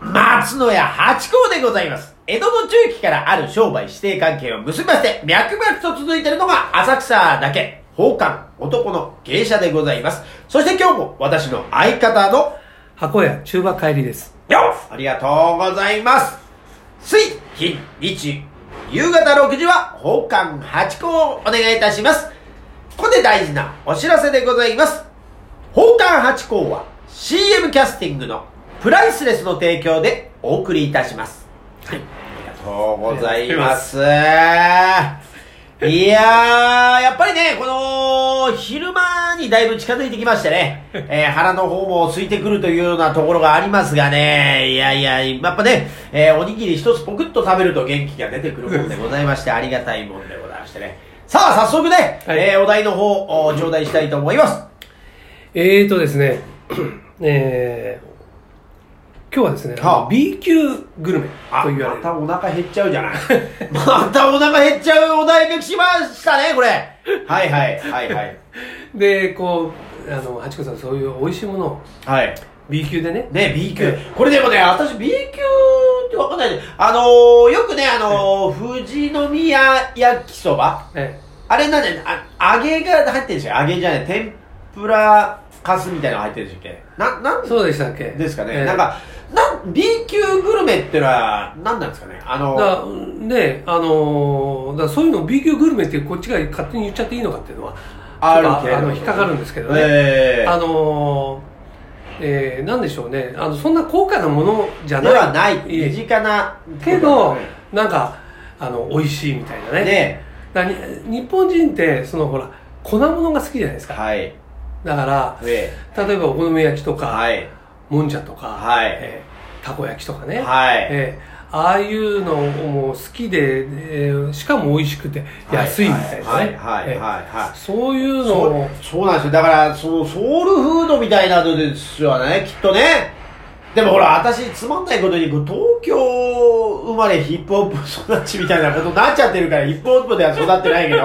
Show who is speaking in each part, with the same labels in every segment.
Speaker 1: 松野屋八甲でございます。江戸の中期からある商売指定関係を結びまして、脈々と続いているのが浅草だけ、宝冠、男の芸者でございます。そして今日も私の相方の、
Speaker 2: 箱屋中馬帰りです。
Speaker 1: よっありがとうございます。水、金、日、夕方6時は、宝冠八甲をお願いいたします。ここで大事なお知らせでございます。宝冠八甲は CM キャスティングのプライスレスの提供でお送りいたします。はい。ありがとうございます。いやー、やっぱりね、この、昼間にだいぶ近づいてきましてね、えー腹の方も空いてくるというようなところがありますがね、いやいや、やっぱね、えーおにぎり一つポクッと食べると元気が出てくるもんでございまして、ありがたいもんでございましてね。さあ、早速ね、
Speaker 2: はい
Speaker 1: えーお題の方、お頂戴したいと思います。
Speaker 2: えーとですね、 えー、今日はですね、
Speaker 1: はあ
Speaker 2: B 級グルメ
Speaker 1: あ、
Speaker 2: と言わ
Speaker 1: ま
Speaker 2: れる。
Speaker 1: たお腹減っちゃうじ ゃない。またお腹減っちゃうお題が来ましたね、これ。はいはい、はいはい。
Speaker 2: で、こう、あの、ハチコさん、そういう美味しいものを
Speaker 1: はい。
Speaker 2: B 級でね、
Speaker 1: ね、B 級
Speaker 2: え。
Speaker 1: これでもね、私 B 級ってわかんないね。あのー、よくね、あのー、富士宮焼きそば。
Speaker 2: え
Speaker 1: あれなんだよね、あ、揚げが入ってるでしょ揚げじゃない、天ぷらかすみたいなの入ってるでしょっけな、なん
Speaker 2: ーそうでしたっけ
Speaker 1: ですかね。
Speaker 2: えー
Speaker 1: なんか、なん、B 級グルメってのは、なんなんですかね。あのー、
Speaker 2: だねあのーだそういうの B 級グルメってこっちが勝手に言っちゃっていいのかっていうのは
Speaker 1: ある
Speaker 2: ちょっと
Speaker 1: けれど
Speaker 2: あ
Speaker 1: も
Speaker 2: の引っかかるんですけどね、
Speaker 1: えー
Speaker 2: あのーえーなんでしょうねあのそんな高価なものじゃ
Speaker 1: で
Speaker 2: ない
Speaker 1: はない。
Speaker 2: え
Speaker 1: 身近な。
Speaker 2: けど
Speaker 1: ね
Speaker 2: なんかあの美味しいみたいなね
Speaker 1: ね
Speaker 2: だに日本人ってそのほら粉物が好きじゃないですか
Speaker 1: はい。
Speaker 2: だから
Speaker 1: え
Speaker 2: 例えばお好み焼きとか、
Speaker 1: ーはい。
Speaker 2: もんじゃとか、
Speaker 1: はい
Speaker 2: えーたこ焼きとかね、
Speaker 1: はい。
Speaker 2: えーああいうのも好きで、えーしかも美味しくて安いみたいなね、
Speaker 1: はいはいはいはいはい
Speaker 2: えーそういうの
Speaker 1: そ
Speaker 2: を
Speaker 1: うそうなんですよだからそのソウルフードみたいなのですよねきっとねでもほら私つまんないことにこう東京生まれヒップホップ育ちみたいなことになっちゃってるからヒップホップでは育ってないけど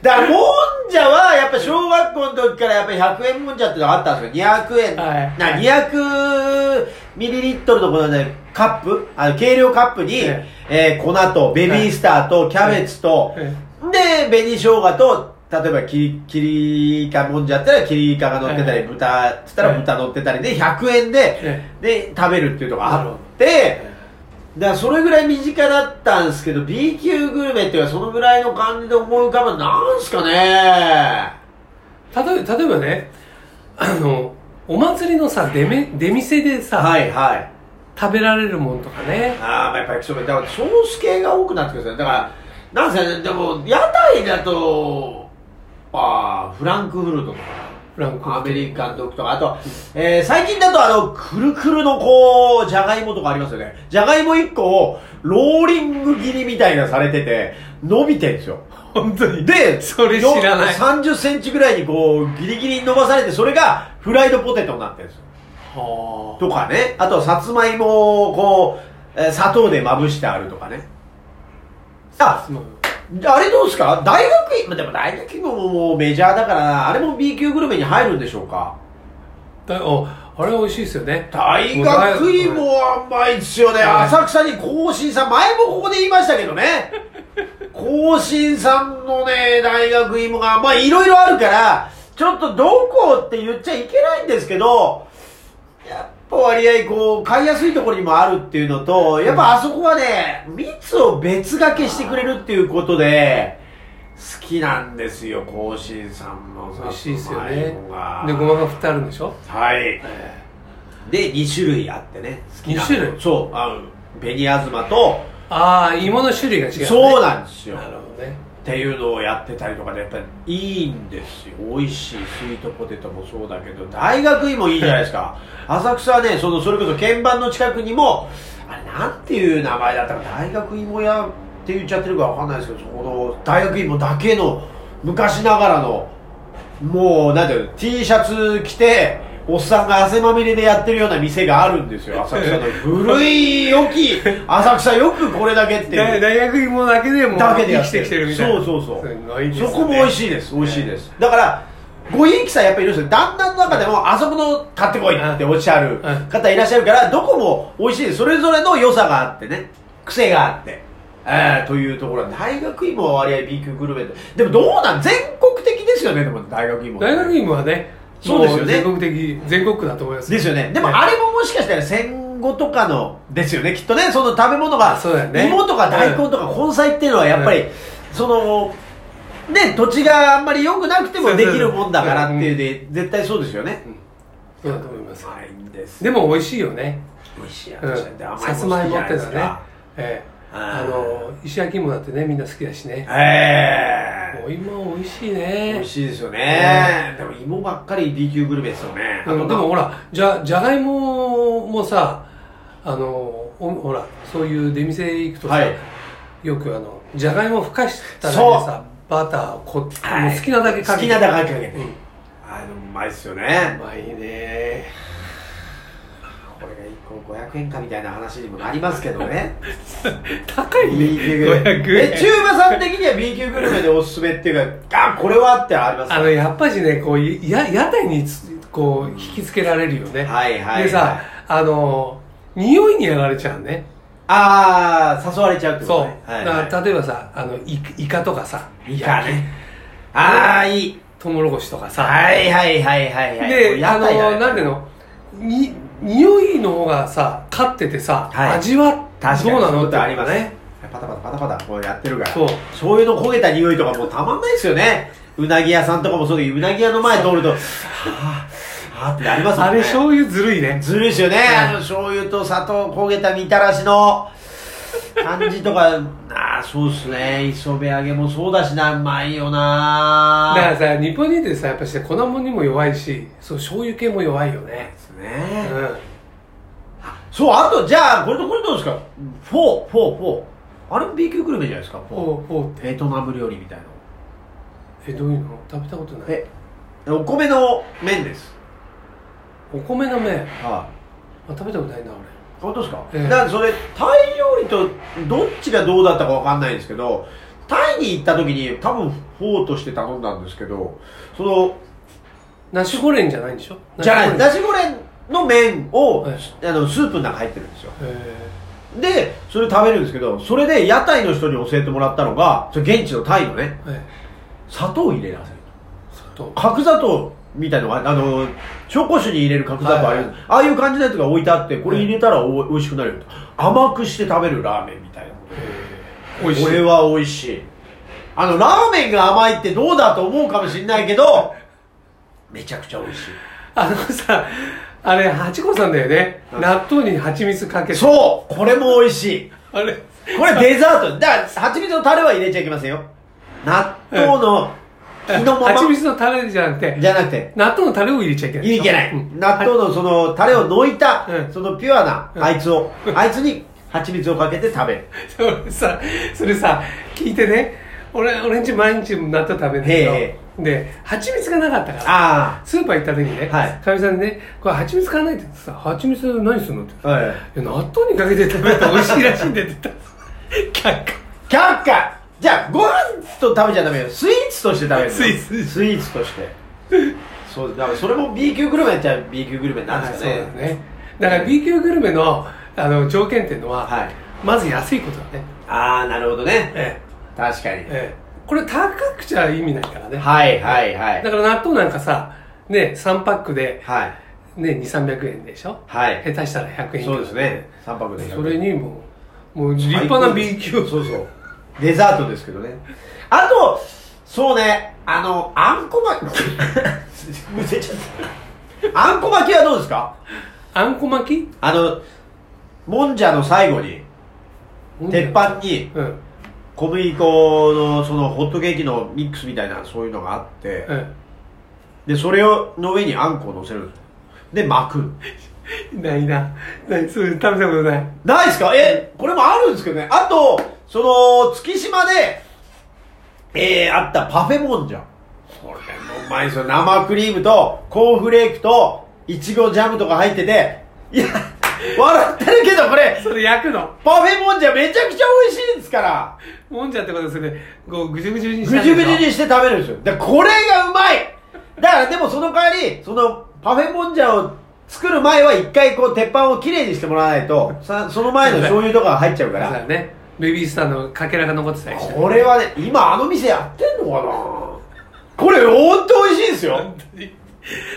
Speaker 1: だからもんじゃはやっぱ小学校の時からやっぱ100円もんじゃってのがあったんですよ200円、
Speaker 2: はい
Speaker 1: な200ミリリットルのこのねカップあの計量カップに、
Speaker 2: え
Speaker 1: えー粉とベビースターとキャベツと、
Speaker 2: えー
Speaker 1: で、紅生姜と、例えばキリ、キリカもんじゃったら、キリカが乗ってた
Speaker 2: はい
Speaker 1: り、
Speaker 2: はい
Speaker 1: 豚、つったら
Speaker 2: はい
Speaker 1: 豚乗ってたりで、100円で
Speaker 2: え、
Speaker 1: で、食べるっていうのが
Speaker 2: なる
Speaker 1: あ
Speaker 2: ほ
Speaker 1: って、だからそれぐらい身近だったんですけど、B 級グルメっていうのはそのぐらいの感じで思い浮かぶのなんすかね
Speaker 2: 例えば例えばねあのお祭りのさ出め出店でさ、
Speaker 1: はいはい。
Speaker 2: 食べられるもんとかね
Speaker 1: ああ、まあやっぱりそうだからソース系が多くなってくるんですよね。だから、なんすかね、でも、屋台だと、ああ、フランクフルトとか。
Speaker 2: フランクフルト
Speaker 1: アメリカンドッグとか、あと、えー最近だとあの、くるくるのこう、じゃがいもとかありますよね。じゃがいも1個を、ローリング切りみたいなされてて、伸びてんですよ。
Speaker 2: 本当に
Speaker 1: で、
Speaker 2: それ知らない
Speaker 1: よ30センチぐらいにこう、ギリギリに伸ばされて、それがフライドポテトになってるんですよ。
Speaker 2: は
Speaker 1: とかね。あと、さつまいもをこう、えー砂糖でまぶしてあるとかね。あ
Speaker 2: あ、
Speaker 1: あれどうですか大学院、まあでも大学院ももうメジャーだから、あれも B 級グルメに入るんでしょうか
Speaker 2: だああれ美味しいですよね
Speaker 1: 大学院も甘いっすよね。
Speaker 2: はい
Speaker 1: 浅草に更新さん、前もここで言いましたけどね。更新さんのね、大学院もが、まあいろいろあるから、ちょっとどこって言っちゃいけないんですけど、やっぱ割合こう、買いやすいところにもあるっていうのと、やっぱあそこはね、蜜を別掛けしてくれるっていうことで、好きなんですよ、更新さんのさ
Speaker 2: 美味しいですよね
Speaker 1: つまい
Speaker 2: で
Speaker 1: もが
Speaker 2: ごまが振ってあるんでしょ
Speaker 1: はい。で、2種類あってね。好きな
Speaker 2: 二種類
Speaker 1: そう。あの、紅あずまと、
Speaker 2: ああ芋の種類が違う、ね、
Speaker 1: そうなんですよ。
Speaker 2: なるほどね
Speaker 1: っていうのをやってたりとかで、やっぱりいいんですよ。美味しい。スイートポテトもそうだけど、大学院もいいじゃないですか。浅草はね、その、それこそ鍵盤の近くにも、あれ、なんていう名前だったか、大学院もやって言っちゃってるかわかんないですけど、そこの、大学院もだけの、昔ながらの、もう、なんていうの、T シャツ着て、おっさんが汗まみれでやってるような店があるんですよ、浅草の。古い、良き、浅草よくこれだけっていう。
Speaker 2: 大大学芋だけでもう
Speaker 1: だけでや
Speaker 2: 生
Speaker 1: っ
Speaker 2: きてきてるみたいな
Speaker 1: そうそうそう
Speaker 2: すごいです、
Speaker 1: そ
Speaker 2: ね、
Speaker 1: こも美味
Speaker 2: い
Speaker 1: しいです美味しいです、だからごひいきさんやっぱりいるんですよ旦那の中でもあそこの買ってこいっておっしゃる
Speaker 2: うん
Speaker 1: 方いらっしゃるからどこも美味しいですそれぞれの良さがあってね癖があって、えー、というところは大学芋は割合 B 級グルメででもどうなん全国的ですよねでも大学芋
Speaker 2: 大学院はね
Speaker 1: そうですよね
Speaker 2: もう全国的全国区だと思います
Speaker 1: ですよねでも
Speaker 2: ね
Speaker 1: あれももしかしたら戦後とかのですよねきっとねその食べ物が
Speaker 2: そうだよね
Speaker 1: 芋とか大根とか根菜っていうのはやっぱり、
Speaker 2: う
Speaker 1: そのね土地があんまり良くなくて
Speaker 2: そ
Speaker 1: も
Speaker 2: う
Speaker 1: で
Speaker 2: そうそ
Speaker 1: き
Speaker 2: う
Speaker 1: るもんだからっていうで、絶対そうですよね、
Speaker 2: そうだと思います
Speaker 1: いんです
Speaker 2: でも美味しいよね
Speaker 1: 美味しい
Speaker 2: うん
Speaker 1: 話だって甘いもの好き
Speaker 2: さつまいも
Speaker 1: じゃ
Speaker 2: っ
Speaker 1: ない
Speaker 2: て
Speaker 1: で
Speaker 2: の
Speaker 1: す
Speaker 2: はね
Speaker 1: か
Speaker 2: ええ
Speaker 1: あー
Speaker 2: あの石焼き芋だってねみんな好きだしね
Speaker 1: え
Speaker 2: お芋美味しい
Speaker 1: え美
Speaker 2: ね
Speaker 1: 味しいですよね、でも芋ばっかり D 級グルメですよね、
Speaker 2: うんでもほらじゃじゃがいももさあのおほらそういう出店行くとさ、
Speaker 1: はい
Speaker 2: よくあのじゃがいもふかしたら
Speaker 1: そう
Speaker 2: さバターをこ、もう
Speaker 1: はい
Speaker 2: 好きなだけかけ
Speaker 1: 好きなだけかけて、
Speaker 2: うん
Speaker 1: あのうまいっすよね
Speaker 2: うまいね
Speaker 1: これが1個500円かみたいな話にもなりますけど ね
Speaker 2: 高いね
Speaker 1: B 級グルメ
Speaker 2: 500円
Speaker 1: え中馬さん的には B 級グルメでおすすめっていうかあこれはってあります
Speaker 2: あのやっぱりねこういや屋台につこう引きつけられるよね、
Speaker 1: はいはいはい
Speaker 2: でさあの匂いにやられちゃうね
Speaker 1: ああ誘われちゃうってこと
Speaker 2: そう、
Speaker 1: ねはい
Speaker 2: だ
Speaker 1: は
Speaker 2: から例えばさあのイイカとかさ
Speaker 1: いいい かねああいい
Speaker 2: トウモロコシとかさ、
Speaker 1: はいはいはいはいはいもう
Speaker 2: で
Speaker 1: 屋
Speaker 2: あ
Speaker 1: 台だ
Speaker 2: の
Speaker 1: ね
Speaker 2: なんていうのに匂いの方がさ勝っててさ、
Speaker 1: はい
Speaker 2: 味は
Speaker 1: 確か
Speaker 2: ど
Speaker 1: に
Speaker 2: うな
Speaker 1: そういう
Speaker 2: の
Speaker 1: こ
Speaker 2: っ
Speaker 1: と
Speaker 2: て
Speaker 1: あります
Speaker 2: ね
Speaker 1: ねパタパタパタパタこうやってるから
Speaker 2: そう
Speaker 1: そういうの焦げた匂いとかもうたまんないですよねうなぎ屋さんとかもそうだけどうなぎ屋の前通るとはあはあってなりますもん
Speaker 2: あ
Speaker 1: ね
Speaker 2: れ醤油ずるいね
Speaker 1: ずるいですよね、あの醤油と砂糖焦げたみたらしの感じと かああそうっすね磯辺揚げもそうだしなうまいよな
Speaker 2: だからさ日本人ってさやっぱし粉もんにも弱いしそう醤油系も弱いよね
Speaker 1: です
Speaker 2: う
Speaker 1: ね、
Speaker 2: ん
Speaker 1: そうあとじゃあこれとこれどうですかフォーフォーフォーあれも B 級グルメじゃないですかフォ
Speaker 2: おおっ
Speaker 1: ー
Speaker 2: て
Speaker 1: ベトナム料理みたいな
Speaker 2: えどういうの食べたことない
Speaker 1: えお米の麺です
Speaker 2: お米の麺あ
Speaker 1: はい
Speaker 2: 食べたことないな
Speaker 1: 本当ですか、
Speaker 2: ええ
Speaker 1: だからそれタイ料理とどっちがどうだったかわかんないんですけどタイに行った時に多分フォーとして頼んだんですけどその
Speaker 2: 俺ナシゴレンじゃないんでしょ
Speaker 1: じゃない
Speaker 2: ナシ
Speaker 1: だしゴレンの麺を、
Speaker 2: はい
Speaker 1: あのスープの中入ってるんですよ
Speaker 2: ゴレンえ
Speaker 1: でそれ食べるんですけどそれで屋台の人に教えてもらったのがそれ現地のタイのね
Speaker 2: ーえ
Speaker 1: 砂糖入れなさい
Speaker 2: ー砂糖
Speaker 1: 角砂糖みたいのがあの紹興酒に入れる角砂糖ある、
Speaker 2: はいはい
Speaker 1: ああいう感じのやつが置いてあってこれ入れたらお美味しくなるよと甘くして食べるラーメンみたいなこと
Speaker 2: 美味しい
Speaker 1: これは美味しいあのラーメンが甘いってどうだと思うかもしれないけどめちゃくちゃ美味しい
Speaker 2: あのさあれ八五さんだよね納豆に蜂蜜かけて
Speaker 1: そうこれも美味しい
Speaker 2: あれ
Speaker 1: これデザートだから蜂蜜のタレは入れちゃいけませんよ納豆の火のまま
Speaker 2: 蜂蜜のタレじゃなくて
Speaker 1: じゃなくて
Speaker 2: 納豆のタレを入れちゃいけないでしょ
Speaker 1: いけない、
Speaker 2: うん
Speaker 1: 納豆のそのタレを抜いた、
Speaker 2: うん
Speaker 1: そのピュアな
Speaker 2: うん
Speaker 1: あいつを、あいつに蜂蜜をかけて食べる
Speaker 2: それさそれさ聞いてね俺俺んち毎日納豆食べるんだけど、
Speaker 1: へ
Speaker 2: で蜂蜜がなかったから
Speaker 1: あ
Speaker 2: スーパー行った時にね
Speaker 1: はい
Speaker 2: かみ、さんにね「これ蜂蜜買わない」って言ってさ「蜂蜜何するの?」って
Speaker 1: あはい
Speaker 2: いや納豆にかけて食べたら美味しいらしいんでって言ったら却
Speaker 1: 却下じゃあご飯と食べちゃダメよスイーツとして食べるの
Speaker 2: スイーツ
Speaker 1: スイーツとしてそうだからそれも B 級グルメやっちゃ B 級グルメなん
Speaker 2: 下
Speaker 1: です
Speaker 2: そ
Speaker 1: か
Speaker 2: うだ
Speaker 1: ね
Speaker 2: ねだから B 級グルメのあの条件っていうのは、
Speaker 1: はい
Speaker 2: まず安いことだね
Speaker 1: ああなるほどね
Speaker 2: え
Speaker 1: 確かに
Speaker 2: えええこれ高くちゃ意味ないからね、
Speaker 1: はいはいはい
Speaker 2: だから納豆なんかさね3パックで、
Speaker 1: はい
Speaker 2: ね、2300円でしょ
Speaker 1: はい
Speaker 2: 下手したら100円
Speaker 1: そうですね3泊で100
Speaker 2: それにもうもう立派な B 級
Speaker 1: そうそうデザートですけどねあとそうねあのあんこ巻き むせちゃったあんこ巻きはどうですか
Speaker 2: あんこ巻き
Speaker 1: あのもんじゃの最後に鉄板に
Speaker 2: うん
Speaker 1: 小麦粉のそのホットケーキのミックスみたいなそういうのがあって
Speaker 2: うん
Speaker 1: でそれをの上にあんこを乗せるんですよで巻く
Speaker 2: ないな。ない、そういう食べたことない。
Speaker 1: ないですかえ、これもあるんですけどね。あと、その、月島で、えー、あったパフェもんじゃ。これもうまいですよ。生クリームと、コーンフレークと、いちごジャムとか入ってて、いや、笑ってるけどこれ、
Speaker 2: それ焼くの。
Speaker 1: パフェもんじゃめちゃくちゃ美味しいですから、
Speaker 2: もんじゃってことですね。こう、ぐじゅぐじゅに
Speaker 1: ぐじゅぐじゅ
Speaker 2: に。
Speaker 1: にして食べるんですよ。で、これがうまいだからでもその代わりそのパフェもんじゃを作る前は一回こう鉄板をきれいにしてもらわないとさその前の醤油とかが入っちゃうか
Speaker 2: だかららねベビースターのかけらが残ってたりして
Speaker 1: これはね今あの店やってんのかなこれ本当美味しいですよ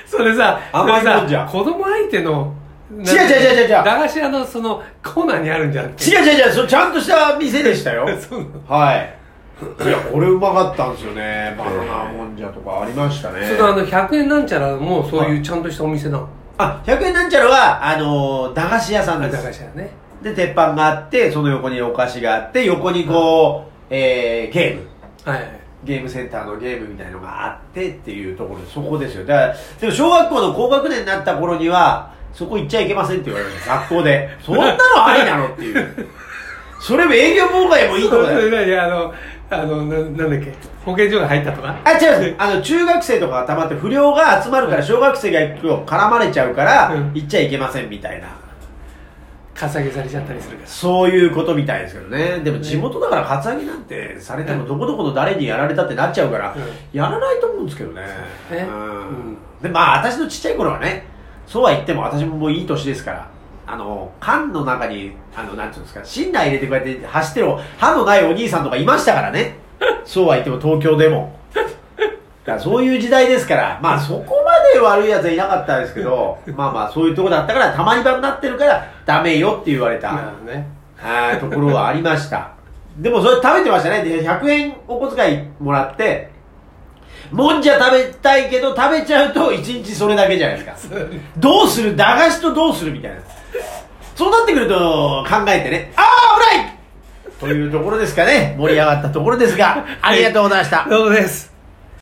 Speaker 2: それさ
Speaker 1: 甘い
Speaker 2: それさ
Speaker 1: もんじゃ
Speaker 2: 子供相手の違う
Speaker 1: 違う違う違う違う
Speaker 2: 駄菓子屋のそのコーナーにあるんじゃん
Speaker 1: 違う違う違うそれちゃんとした店でしたよ
Speaker 2: そうなの
Speaker 1: はいいやこれうまかったんですよねバナナもんじゃとかありましたね
Speaker 2: そのあの100円なんちゃらもそういうちゃんとしたお店なの
Speaker 1: あ100円なんちゃらはあのー駄菓子屋さん
Speaker 2: 駄
Speaker 1: で
Speaker 2: 菓
Speaker 1: す
Speaker 2: 子屋ね
Speaker 1: で鉄板があってその横にお菓子があって横にこう、えー、ゲーム
Speaker 2: はいはい
Speaker 1: ゲームセンターのゲームみたいのがあってっていうところでそこですよだからでも小学校の高学年になった頃にはそこ行っちゃいけませんって言われました学校でそんなのありなのっていうそれも営業妨害もいいとこだよ
Speaker 2: それいやあのあのななんだっけ保健所が入ったとか
Speaker 1: あ、違うんです。あの、中学生とかがたまって不良が集まるから、小学生が行くと絡まれちゃうから
Speaker 2: うん、
Speaker 1: 行っちゃいけませんみたいな。
Speaker 2: かさげされちゃったりするか
Speaker 1: そういうことみたいですけどね。でも地元だからカツアゲなんてされても、
Speaker 2: うん
Speaker 1: どこどこの誰にやられたってなっちゃうから
Speaker 2: うん、
Speaker 1: やらないと思うんですけどね。
Speaker 2: そうね
Speaker 1: う
Speaker 2: うん
Speaker 1: ん。で、まあ、私のちっちゃい頃はね、そうは言っても私ももういい年ですから、あの、缶の中に、あの、なんていうんですか、信頼入れてこうやって走ってる、歯のないお兄さんとかいましたから ね。そうは言っても東京でも。だからそういう時代ですから、まあそこまで悪い奴はいなかったですけど、まあまあそういうとこだったから、たまり場になってるから、ダメよって言われ
Speaker 2: ら
Speaker 1: た。
Speaker 2: なるほどね
Speaker 1: はいところはありました。でもそれ食べてましたね。で、100円お小遣いもらって、もんじゃ食べたいけど食べちゃうと1日それだけじゃないですか。どうする駄菓子とどうするみたいな。そうなってくると考えてね、あー危ないというところですかね。盛り上がったところですが、ありがとうございました。
Speaker 2: どうもです